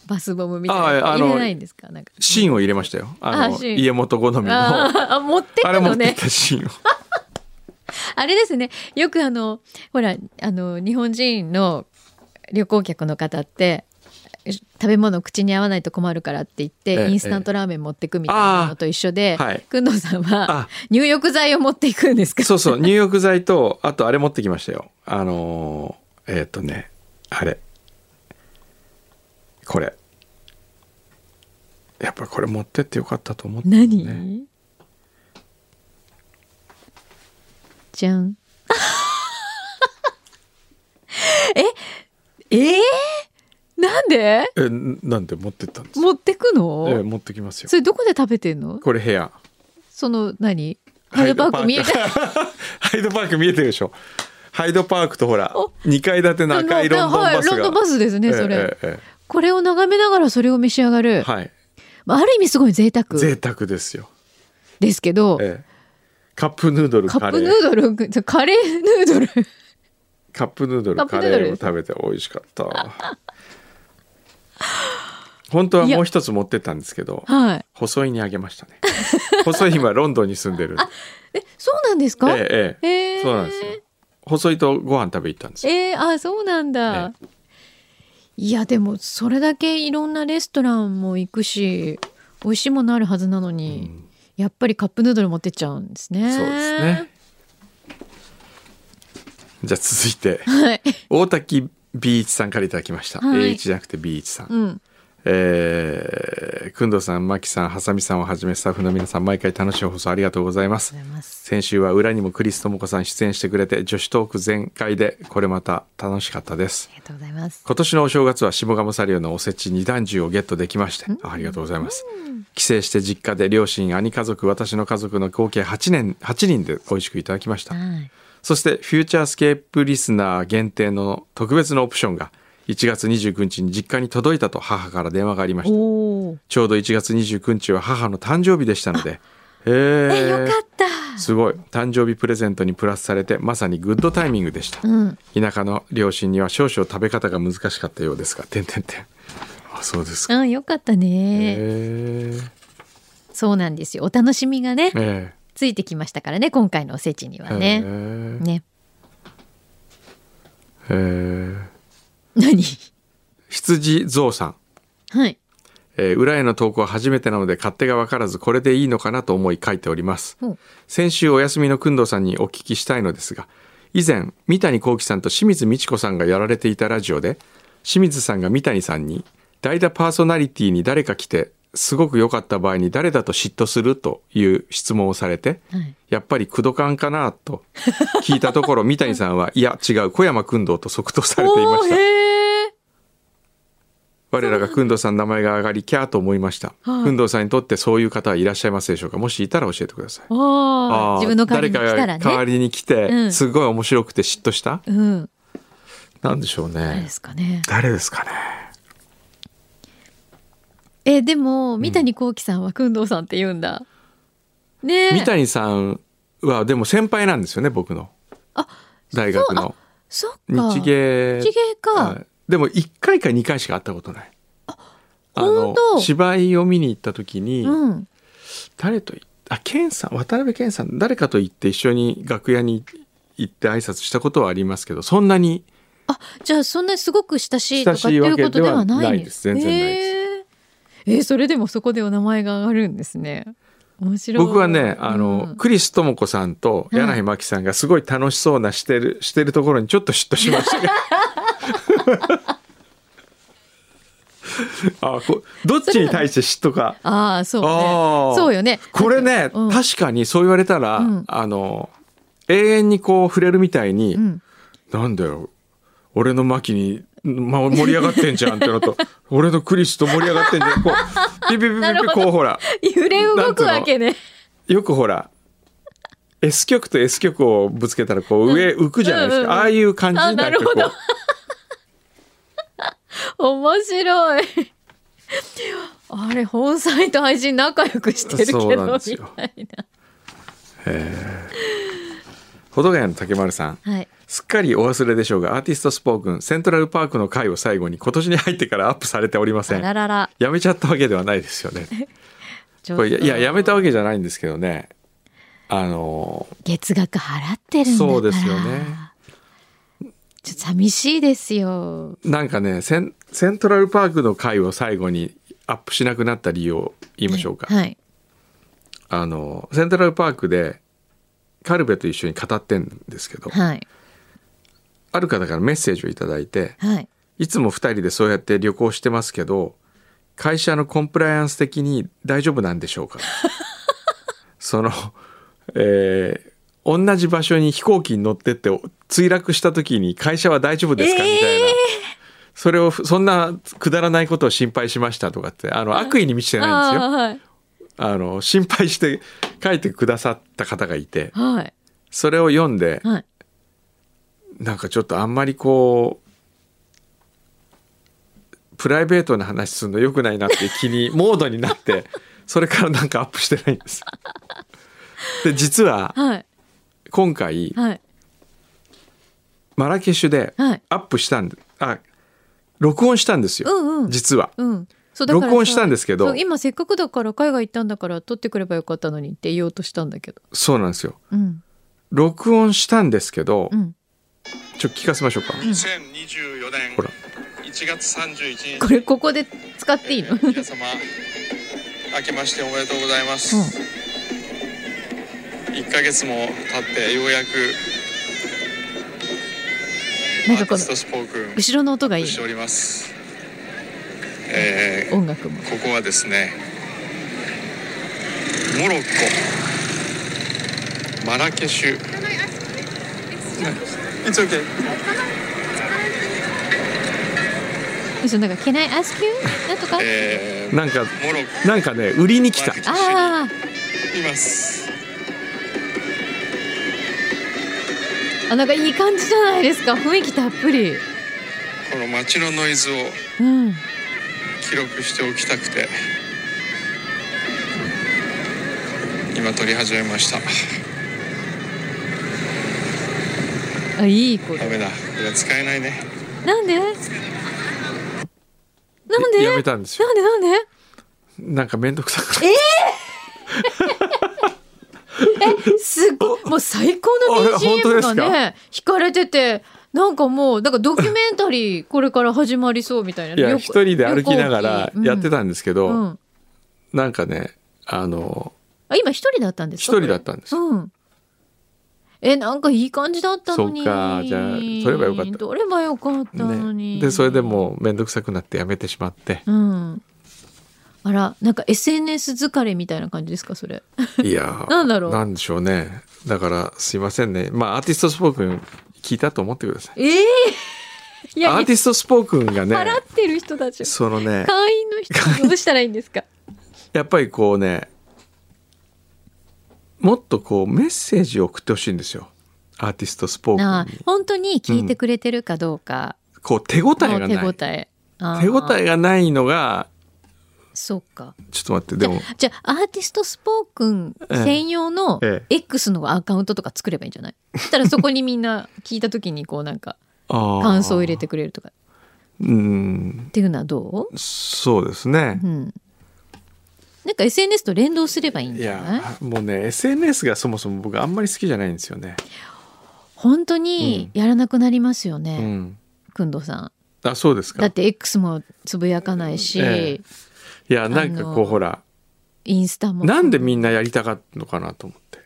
D: バスボムみたいな
C: ああ
D: の
C: あ
D: 入
C: の
D: れないんですかなんか
C: シーンを入れましたよあの
D: あシーン
C: 家元好みの
D: あ
C: [laughs] あ
D: ーあ持ってく
C: れ持
D: の
C: ってっ
D: ね
C: たシーンを
D: [laughs] あれですねよくあのほらあの日本人の旅行客の方って食べ物口に合わないと困るからって言って、
C: ええ
D: インスタントラーメン持ってくみたいなのと一緒で、
C: あーはい
D: くんどうさんは
C: あ
D: 入浴剤を持っていくんですか
C: そうそう入浴剤とあとあれ持ってきましたよあのーえっ、とねあれこれやっぱこれ持ってってよかったと思って、
D: 何、
C: ね、
D: じゃ
C: [laughs]
D: んええー、なんで
C: えなんで持ってったんですか、
D: 持ってくの、
C: ええ持ってきますよ
D: それどこで食べてんの
C: これ部屋
D: その何ハイドパーク見え [laughs] た
C: [laughs] ハイドパーク見えてるでしょハイドパークとほら
D: お
C: 2階建ての赤いロンドン
D: はい
C: バスが、
D: ロンドンバスですねそれ、
C: えええ
D: これを眺めながらそれを召し上が
C: え
D: る、
C: はい
D: まあある意味すごい贅沢
C: 贅沢ですよ、
D: ですけど、
C: ええカップヌードル
D: カ
C: カ
D: ッ
C: レ
D: プ
C: ー
D: ヌードルカレーヌードル [laughs]
C: カップヌードルカレーを食べて美味しかった本当はもう一つ持ってったんですけど
D: はい
C: 細井にあげましたね細井今ロンドンに住んでるんで
D: そうなんですか、
C: ええええ
D: へえ
C: そうなんですよ細井とご飯食べ行ったんですよ
D: えー、あそうなんだ、いやでもそれだけいろんなレストランも行くし美味しいものあるはずなのに、やっぱりカップヌードル持ってっちゃうんですね
C: そうですねじゃあ続いて
D: はい
C: 大滝 B 一さんからいただきました、
D: はい
C: A 一じゃなくて B 一さん、
D: うん
C: えー、くんどうさんまきさんはさみさんをはじめスタッフの皆さん毎回楽しい放送ありがとうございます
D: ありがとうございます
C: 先週は裏にもクリスともこさん出演してくれて女子トーク全開でこれまた楽しかったです
D: ありがとうございます
C: 今年のお正月は下鴨サリオのおせち二段重をゲットできましてあありがとうございます帰省して実家で両親兄家族私の家族の合計8年8人で美味しくいただきました
D: はい
C: そしてフューチャースケープリスナー限定の特別のオプションが1月29日に実家に届いたと母から電話がありました
D: おお
C: ちょうど1月29日は母の誕生日でしたのでへ
D: えよ
C: え
D: かった
C: すごい誕生日プレゼントにプラスされてまさにグッドタイミングでした、
D: うん
C: 田舎の両親には少々食べ方が難しかったようですがてんてんてんあそうですか
D: あよかった
C: へ
D: ね
C: え
D: そうなんですよお楽しみがね
C: え
D: ついてきましたからね今回のおせちには
C: え
D: ね
C: え
D: ね
C: ええ
D: 何 [laughs]
C: 羊象さん
D: はい
C: えー裏への投稿は初めてなので勝手が分からずこれでいいのかなと思い書いております、
D: うん
C: 先週お休みの工藤さんにお聞きしたいのですが以前三谷幸喜さんと清水美智子さんがやられていたラジオで清水さんが三谷さんに代打パーソナリティに誰か来てすごく良かった場合に誰だと嫉妬するという質問をされて、
D: はい
C: やっぱり工藤官かなと聞いたところ [laughs] 三谷さんはいや違う小山工藤と即答されていま
D: お
C: し
D: ー
C: た
D: へえ
C: 我らが工藤さんの名前が上がりキャーと思いました
D: はい
C: 工藤さんにとってそういう方はいらっしゃいますでしょうかもしいたら教えてください
D: あ
C: あー
D: あ自分の代わりに来たら
C: 誰かが代わ
D: ね
C: りに来て、
D: うん
C: すごい面白くて嫉妬した
D: うん
C: なんでしょう
D: 誰
C: ね
D: ですかね
C: 誰ですかね
D: えでも三谷幸喜さんは工藤さんって言うんだねえ
C: 三谷さんはでも先輩なんですよね僕の
D: あ
C: 大学の
D: そっか
C: 日芸
D: 日芸か
C: はいでも1回か2回しか会ったことないあの
D: 本当
C: 芝居を見に行った時に、
D: うん
C: 誰といあ健さん渡辺健さん誰かと行って一緒に楽屋に行って挨拶したことはありますけどそんなに
D: あじゃあそんなにすごく親しいとかっていうことではない
C: 親
D: ん
C: しいわけではないです全然ない
D: えーえーそれでもそこでお名前が上がるんですね面白い
C: 僕はねあの、
D: うん
C: クリス智子さんと
D: うん
C: 柳井真紀さんがすごい楽しそうなしてるしてるところにちょっと嫉妬しま
D: [laughs]
C: したけどあこどっちに対して嫉妬か
D: ああそうね
C: あー
D: そうよね
C: これね、
D: うん
C: 確かにそう言われたら、
D: うん
C: あの永遠にこう触れるみたいに、
D: うん
C: なんだよ俺の巻に、ま、盛り上がってんじゃんっての
D: [laughs]
C: と俺のクリスと盛り上がってんじゃんこうピピピピ
D: なる
C: ピ
D: ほど
C: こうほら
D: 揺れ動くわけね
C: よくほら S 曲と S 曲をぶつけたらこう上浮くじゃないですか、
D: うんうんうん
C: ああいう感じ
D: あなるほど
C: なんかこ
D: 面白いあれ本妻と愛人仲良くしてるけ
C: そう
D: ど
C: なんで
D: み
C: すよ
D: たいな
C: う保土ヶ谷の竹丸さん
D: はい
C: すっかりお忘れでしょうがアーティストスポークンセントラルパークの回を最後に今年に入ってからアップされておりま
D: あ
C: せん
D: ららら
C: やめちゃったわけではないですよね。
D: ちょっ
C: ことれいやいややめたわけじゃないんですけどね。あの
D: 月額払ってるんだから
C: そうですよね
D: ちょっと寂しいですよ
C: なんかねセンセントラルパークの回を最後にアップしなくなった理由を言いましょうか。
D: はい
C: あのセントラルパークでカルベと一緒に語ってんですけど、
D: はい
C: ある方からメッセージをいただいて、
D: はい
C: いつも2人でそうやって旅行してますけど会社のコンプライアンス的に大丈夫なんでしょうか [laughs] そのえー同じ場所に飛行機に乗ってって墜落した時に会社は大丈夫ですかみたいな、それをそんなくだらないことを心配しましたとかってあの悪意に満ちてないんです
D: あ
C: よ
D: ーはい
C: あの心配して書いてくださった方がいて
D: はい
C: それを読んで
D: はい
C: なんかちょっとあんまりこうプライベートな話するの良くないなっていう気にモードにな
D: [laughs]
C: ってそれからなんかアップしてないんです。で実は
D: はい
C: 今回
D: はい
C: マラケシュで
D: はい
C: アップしたんであ録音したんですよ、
D: うんうん
C: 実は。
D: うんそうだからさ
C: 録音したんですけ
D: そ
C: ど
D: う今せっかくだから海外行ったんだから撮ってくればよかったのにって言おうとしたんだけど
C: そうなんですよ。
D: うん
C: 録音したんですけど、
D: うん
C: ちょっと聞かせましょうか。
E: 2024年
C: ほら
E: 1月31日
D: これここで使っていいの
E: 皆様明けましておめでとうございます、1ヶ月も経ってようやく
D: なん
E: ア
D: かこ
E: ーテ
D: の
E: ィストスポークン
D: 後ろの音がいい
E: しております、え
D: 音楽も
E: ーここはですねモロッコマラケシュ It's okay
D: そうなんか「Can I ask you?」なんとか
E: えー
C: なんか
E: モロッコ
C: なんかね売りに来た。
D: あ
E: います
D: ーあなんかいい感じじゃないですか雰囲気たっぷり
E: この街のノイズを
D: うん
E: 記録しておきたくて今撮り始めました
D: あいい子
E: ダ
D: だ
E: メだこれは使えないね
D: なんでなんで
C: や
D: な
C: め
D: んで
C: たんですよ。
D: なんで
C: なんかめんどくさくて。
D: すごいもう最高の
C: あれ本当
D: BGM
C: です
D: が
C: か
D: ね弾かれててなんかもうなんかドキュメン
C: [laughs]
D: タリーこれから始まりそうみたいない
C: や
D: よ
C: 一人で歩きながらやって
D: 旅行記
C: たんですけど、
D: うんうん
C: なんかねあの
D: あ今一人だったんです
C: 一
D: か
C: 人だったんですよ
D: うん。え、なんかいい感じだったのに。
C: そうかじゃあ取ればよかった
D: 取ればよかったのに。
C: ね、
D: [laughs]
C: でそれでもう面倒くさくなってやめてしまって
D: う。ん。あらなんか SNS 疲れみたいな感じですかそれ
C: いや
D: なんだろう
C: なんでしょうねだからすいませんねまあアーティストスポークン聞いたと思ってください
D: ええ [laughs] いや
C: アーティストスポークンがね
D: 払ってる人たち
C: そのね
D: 会員の人どうしたらいいんですか
C: やっぱりこうねもっとこうメッセージを送ってほしいんですよアーティストスポー
D: なあ
C: クンに
D: 本当に聞いてくれてるかどうか
C: こう手応え
D: の
C: が
D: 手
C: な
D: 応
C: い
D: え、あー
C: 手応えがないのが
D: そうか
C: ちょっと待ってでも
D: じゃあアーティストスポークン専用の
C: え
D: X のアカウントとか作ればいいんじゃないそしたらそこにみんな聞いた時にこうなんか
C: 感
D: 感想を入れてくれるとかっ
C: うん
D: ていうのはど
C: そうですね
D: う、う、ん、なんか SNS と連動すればいいん
C: い
D: じゃない
C: やもうね SNS がそもそも僕あんまり好きじゃないんですよね
D: 本当にやらなくなりますよ
C: う
D: ね、
C: ん
D: くんどうさん。
C: あそうです
D: だ
C: か
D: って X もつぶやかないし、
C: えいやなんか
D: あ
C: こ
D: の
C: うほら
D: インスタも
C: なんでみんなやりたかったのかなと思って、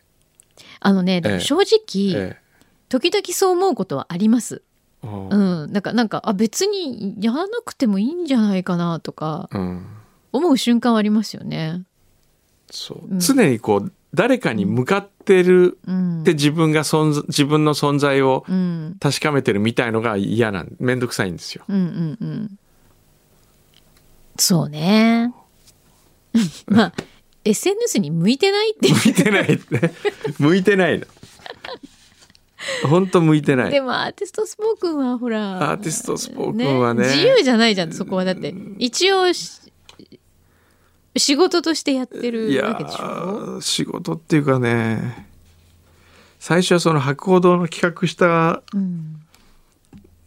D: あのねでも正直、
C: ええ
D: 時々そう思うことはあります。
C: あー
D: うん、なんかなんかあ別にやらなくてもいいんじゃないかなとか
C: うん
D: 思う瞬間はありますよね。
C: そう、
D: うん
C: 常にこう誰かに向かってる
D: うん、
C: って自分が存在自分の存在を
D: うん
C: 確かめてるみたいのが嫌なんめんどくさいんですよ [laughs]
D: うんうんうんそうね。 [laughs] まあ SNS に向いてないって
C: 向いてないって向いてないの本当向いてない
D: でもアーティストスポークンはほら
C: アーティストスポークンはね
D: 自由じゃないじゃんそこはだって一応し仕事としてやって
C: い
D: る
C: や
D: わけでしょ
C: ー仕事っていうかね最初はその博報堂の企画した
D: うん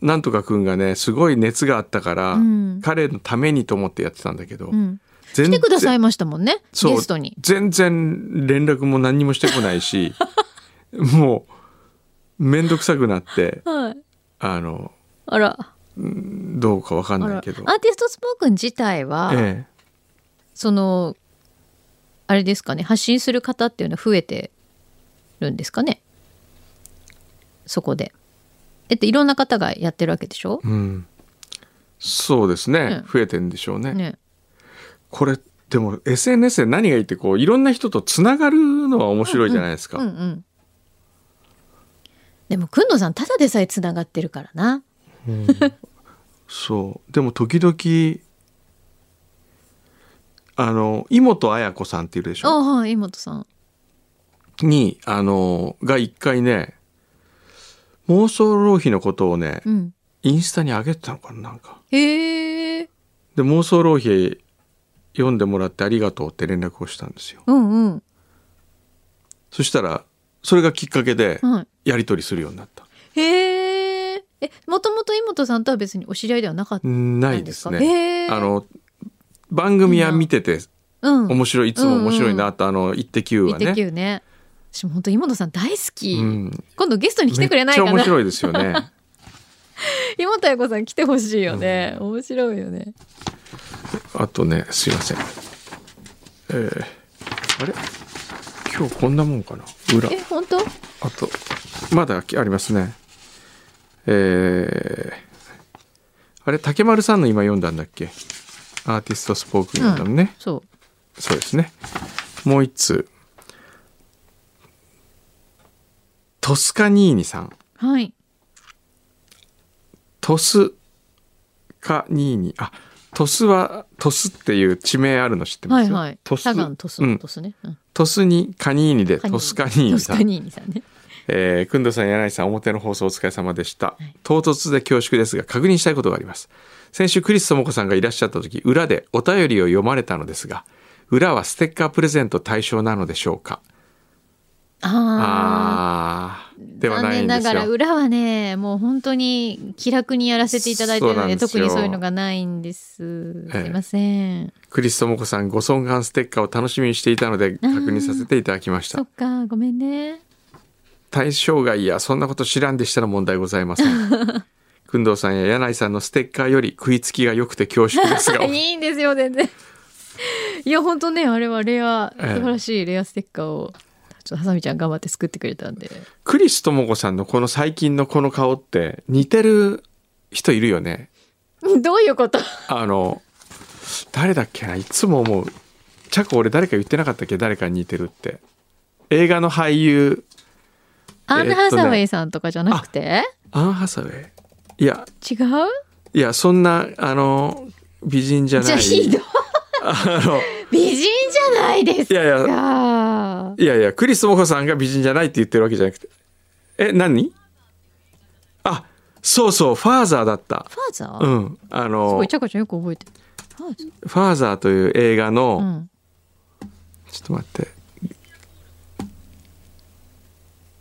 C: なんとかくんがねすごい熱があったから、
D: うん
C: 彼のためにと思ってやってたんだけど、
D: うん
C: 全
D: 来て
C: 然
D: くださいましたもんねゲ
C: そう
D: ストに
C: 全然連絡も何にもしてこない
D: [laughs]
C: しもう面倒くさくなって
D: はい
C: あの
D: あら
C: どうかわかん
D: あ
C: な
D: らア
C: い
D: ーテ
C: けど、
D: ィストスポークン自体は、
C: え
D: そのあれですかね発信する方っていうのは増えてるんですかねそこでえっていろんな方がやってるわけでしょ
C: え、うん、そうですね、
D: うん
C: 増えてんでしょうね
D: ね
C: これでも SNS で何がいいってこういろんな人とつながるのは面白いじゃないですか、
D: うんうんでもくんのさんただでさえつながってるからな
C: そうでも時々あの妹綾子さんっていうでし
D: あ
C: ょ
D: はい妹さん
C: にあのが一回ね妄想浪費のことをね、
D: うん
C: インスタに上げてたのかななんか
D: へえ
C: で妄想浪費読んでもらってありがとうって連絡をしたんですよ
D: うんうん
C: そしたらそれがきっかけで
D: は
C: やり取りするようになった、
D: いへええもともと妹さんとは別にお知り合いではなかった
C: ないです
D: なんですか
C: ね
D: へえ
C: あの番組は見てて
D: うん
C: 面白いいつも面白いなと、あの「イッテ Q!」は
D: イッテ Q
C: ね、
D: ね私も本当妹さん大好き、
C: うん、
D: 今度ゲストに来てくれない
C: め
D: か
C: っちゃ面
D: な
C: 白いですよ
D: [laughs]
C: ね
D: 妹彩子さん来てほしいよね、面白いよね
C: あとねすいませんえーあれ今日こんなもんかな裏
D: え本当
C: あと、まだありますね。えー、あれ、竹丸さんの今読んだんだっけアーティストスポークン読んだのね。
D: そう
C: そうですね。もう一通。トスカニーニさん。
D: はい
C: トスカニーニ。あ、トスは、トスっていう地名あるの知ってま
D: は
C: す
D: い
C: よ。
D: はい
C: トス
D: サガントス
C: う
D: の
C: ん
D: トスね、うん
C: トスにカニーニでトスカニーニさ
D: トスカ
C: ん。
D: ニーニさんね
C: えー、くんどさん、柳井さん、表の放送お疲れ様でした。唐突で恐縮ですが、確認したいことがあります。先週、クリス智子さんがいらっしゃった時、裏でお便りを読まれたのですが、裏はステッカープレゼント対象なのでしょうか
D: ああ
C: あー、では
D: 残
C: ない
D: 念
C: んで
D: な
C: す
D: がら
C: よ。
D: 裏はねもう本当に気楽にやらせていただいてる
C: そう
D: の
C: な
D: で
C: んです
D: 特
C: よ
D: にそういうのがないんですす
C: ええ
D: いません、
C: クリス智子さん、ご尊願ステッカーを楽しみにしていたので、確認させていただきまし
D: そ
C: た
D: っ。かごめんね
C: 対象外や、そんなこと知らんでしたら問題ございませ [laughs] ん。くんどさんや柳井さんのステッカーより食いつきが良くて恐縮ですが
D: [laughs] い、いんですよ全然いや本当ねあれはレア素
C: ええ
D: 晴らしいレアステッカーをちょっとハサミちゃん頑張って作ってくれたんで
C: クリス智子さんのこの最近のこの顔って似てる人いるよね。
D: どういうこと
C: あの、誰だっけないつも思うチャコ俺誰か言ってなかったっけ誰かに似てるって映画の俳優
D: アン・ハサウェイさんとかじゃなくて、
C: アン・ハサウェイいや
D: 違う
C: いやそんなあの美人じゃ
D: じゃ
C: な
D: あ
C: い
D: ひどい
C: あの
D: 美人じゃないで
C: い
D: すか
C: やいいやいやクリス・モコさんが美人じゃないって言ってるわけじゃなくてえ何あそうそうファーザーだった
D: ファーザー、
C: う
D: す
C: んあ
D: ご
C: の
D: いちゃこちゃんよく覚えてるファーザー
C: ファーザーという映画の、
D: うん
C: ちょっと待って。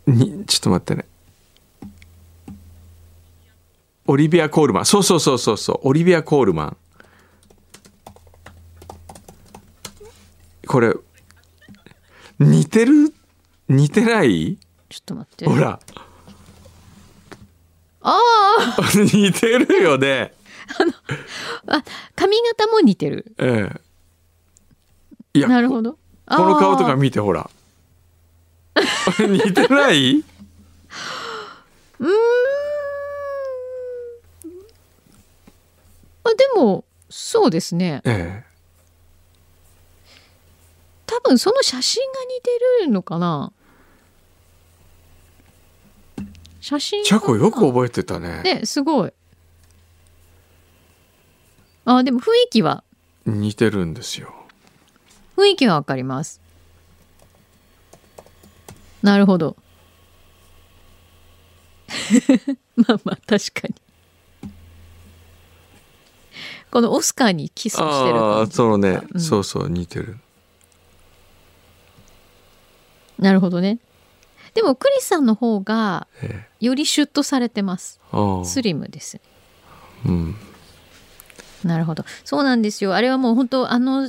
C: に、ちょっと待ってね。オリビア・コールマン。そうそうそうそうそう。オリビア・コールマン。これ、似てる似てない
D: ちょっと待って
C: ほら。 [laughs]
D: ああ
C: 似てるよね。
D: あ髪型も似てる
C: ええ。いや、
D: なるほど
C: ここの顔と
D: あ
C: か
D: ー
C: 見てほら。 [laughs] 似て
D: [laughs]
C: ない
D: あでもそうですね
C: ええ。
D: 多分その写真が似てるのかな写真
C: チャコよく覚えてたね。
D: ねすごいあでも雰囲気は
C: 似てるんですよ。
D: 雰囲気はわかりますなるほど [laughs] まあまあ確かにこのオスカーにキスをしてる
C: あ
D: 感
C: あ、
D: じ
C: そのね、
D: うん
C: そうそう、似てる。
D: なるほどねでもクリスさんの方が
C: ええ
D: よりシュッとされてます
C: ああ
D: スリムですね
C: うん、
D: なるほどそうなんですよあれはもう本当あのあ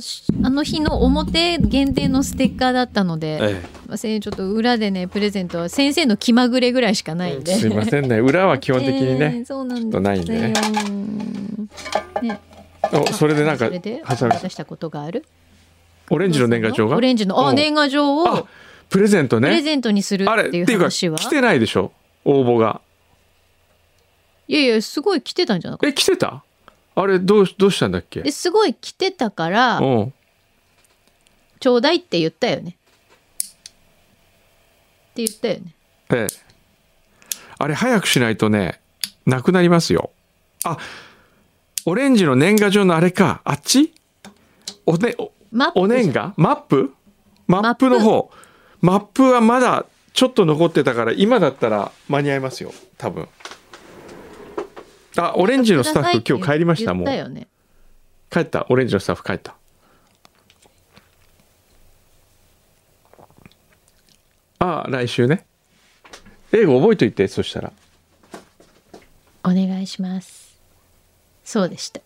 D: の日の表限定のステッカーだったので、
C: え
D: まあ、せちょっと裏でねプレゼントは先生の気まぐれぐらいしかないん
C: え、
D: で、
C: すいませんね、裏は基本的に
D: え
C: ね
D: ー、そうなんで
C: ちょっと
D: すよ
C: ないんでね。おそれでなんか
D: それで、
C: 挟み
D: 渡したことがある
C: オレンジの年賀状が
D: オレンジの
C: う
D: あ
C: ん
D: 年賀状
C: あ
D: を
C: プレゼント
D: プレ
C: ね。
D: ゼントにする
C: あれ
D: っ
C: っててい
D: い
C: ううか
D: 話は
C: 来てないでしょ応募が。
D: いやいやすごい来てたんじゃなかっ
C: え来てた？あれどうどうしたんだったけ
D: で？すごい来てたから
C: うん。
D: ちょうだいって言ったよねって言ったよね
C: ええ、あれ早くしないとねなくなりますよあオレンジの年賀状のあれかあっちお,、ね、お
D: マップ
C: お年賀マップマップ
D: マッ
C: の
D: プ
C: 方マップはまだちょっと残ってたから今だったら間に合いますよ多分あオレンジのスタッフ今日帰りましたもう
D: 言ったよね
C: 帰ったオレンジのスタッフ帰ったああ来週ね英語覚えといてそしたら
D: お願いしますそうでした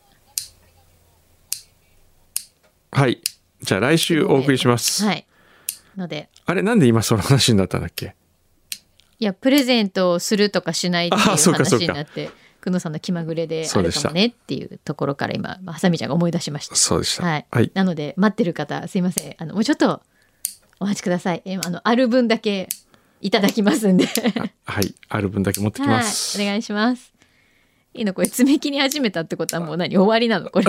C: はいじゃあ来週お送りします、
D: はいので
C: あれなんで今その話になったんだっけ
D: いやプレゼントをするとかしないっていう
C: あそうかそう
D: 話
C: か
D: になって久野さんの気まぐれで
C: そ
D: あ
C: うで
D: る
C: した
D: かもねっていうところから今まあハサミちゃんが思い出しました
C: そうでした
D: はい、
C: はい
D: なので待ってる方すいませんあのもうちょっとお待ちくださいえあのある分だけいただきますんで
C: はいある分だけ持ってき
D: は
C: ま
D: い
C: す、
D: お願いしますいいのこれ爪切り始めたってことはもう何終わりなのこれ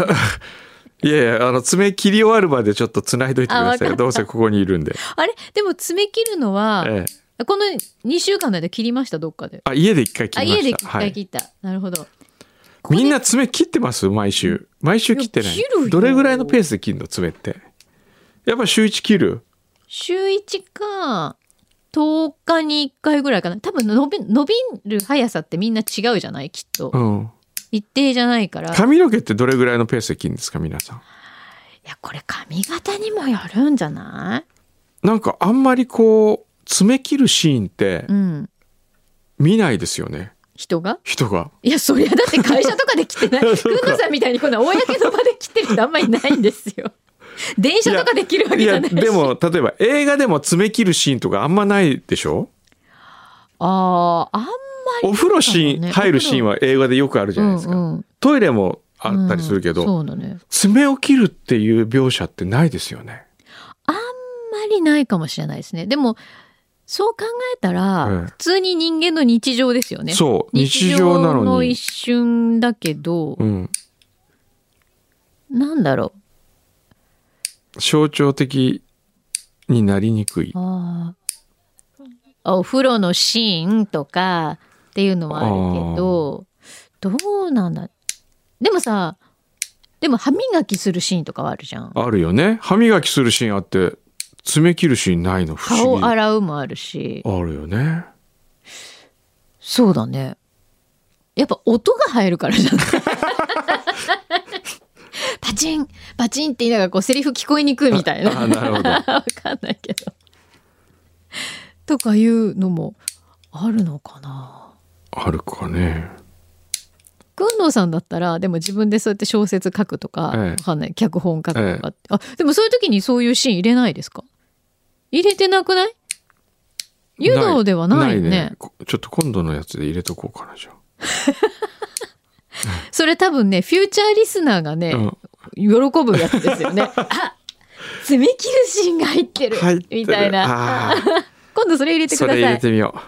C: い、やいやあの爪切り終わるまでちょっと繋いどいてく
D: あ
C: だ
D: わ
C: さ
D: かっ
C: い
D: た
C: どうせここにいるんで、
D: あれでも爪切るのは、
C: ええ、
D: この2週間の間切りましたどっかで
C: あ家で一回切
D: あ
C: りました
D: 家で一
C: は
D: 回
C: い
D: 切った、なるほどここで
C: みんな爪切ってます毎週毎週切ってない
D: いや切るよ
C: どれぐらいのペースで切るの爪ってやっぱ週1切る
D: 週一か10日に1回ぐらいかな多分伸び伸びる速さってみんな違うじゃないきっと、
C: うん
D: 一定じゃないからい
C: 髪の毛ってどれぐらいのペースで切るんですか皆さん
D: やこれ髪型にもよるんじゃな
C: なんかあんまりこう爪切るシーンって
D: いうん
C: 見ないですよね
D: 人が
C: 人が
D: いやそりゃだって会社とかで来てないくん
C: [laughs] そうか
D: のさんみたいにこんな公の場で来てる人あんまりいないんです
C: [laughs]
D: よ電車とかできるわ
C: い
D: けじゃ
C: や
D: ないし
C: でも例えば映画でも爪切るシーンとかあんまないでしょ
D: あーあんまり
C: お風呂シーン、
D: そうだね
C: 入るシーンは映画でよくあるじゃないですか、
D: うんうん
C: トイレもあったりするけど、
D: うんそうだね
C: 爪を切るっていう描写ってないですよね、
D: あんまりないかもしれないですね。でもそう考えたら、
C: うん
D: 普通に人間の日常ですよね。
C: そう日
D: 日
C: 常
D: 常
C: な
D: の
C: のに
D: 一瞬だけど、
C: うん
D: なんだろ。
C: 象徴的になりにくいう
D: ああ。お風呂のシーンとかっていうのはあるけど、どうなんだ。でもさ、でも歯磨きするシーンとかはあるじゃん。
C: あるよね歯磨きするシーンあって爪切るシーンないの不
D: 顔
C: 思議あ
D: 洗うもあるし。
C: るよね
D: そうだね。やっぱ音が入るからじゃ
C: [laughs]
D: ないパチンパチンって言いながらこうセリフ聞こえにくいみたいな。
C: ああなるほど
D: わかんないけど。とかいうのもあるのかな。
C: あるかね
D: くんのうさんだったらでも自分でそうやって小説書くとか、
C: ええ
D: わかんない脚本書くとかって、あでもそういう時にそういうシーン入れないですか入れてなくない湯道ではないよね
C: こちょっと今度のやつで入れとこうかなじゃ
D: それ多分ねフューチャーリスナーがね、
C: あ、うん、
D: 喜ぶやつです
C: [laughs]
D: よねあ爪切るシーンが入ってる
C: 入ってる
D: みたいな
C: あー
D: 今度それ入れてく
C: そ
D: だ
C: れ入
D: さ
C: れ
D: い
C: てみよ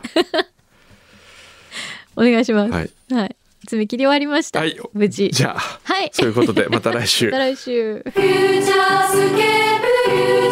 D: お願いします
C: う
D: は
C: はい
D: い、爪切り終わりました、
C: はい
D: 無事
C: じゃあ
D: はい [laughs]
C: そういうことでまた来週
D: また来週
B: フューチャースケープフューチ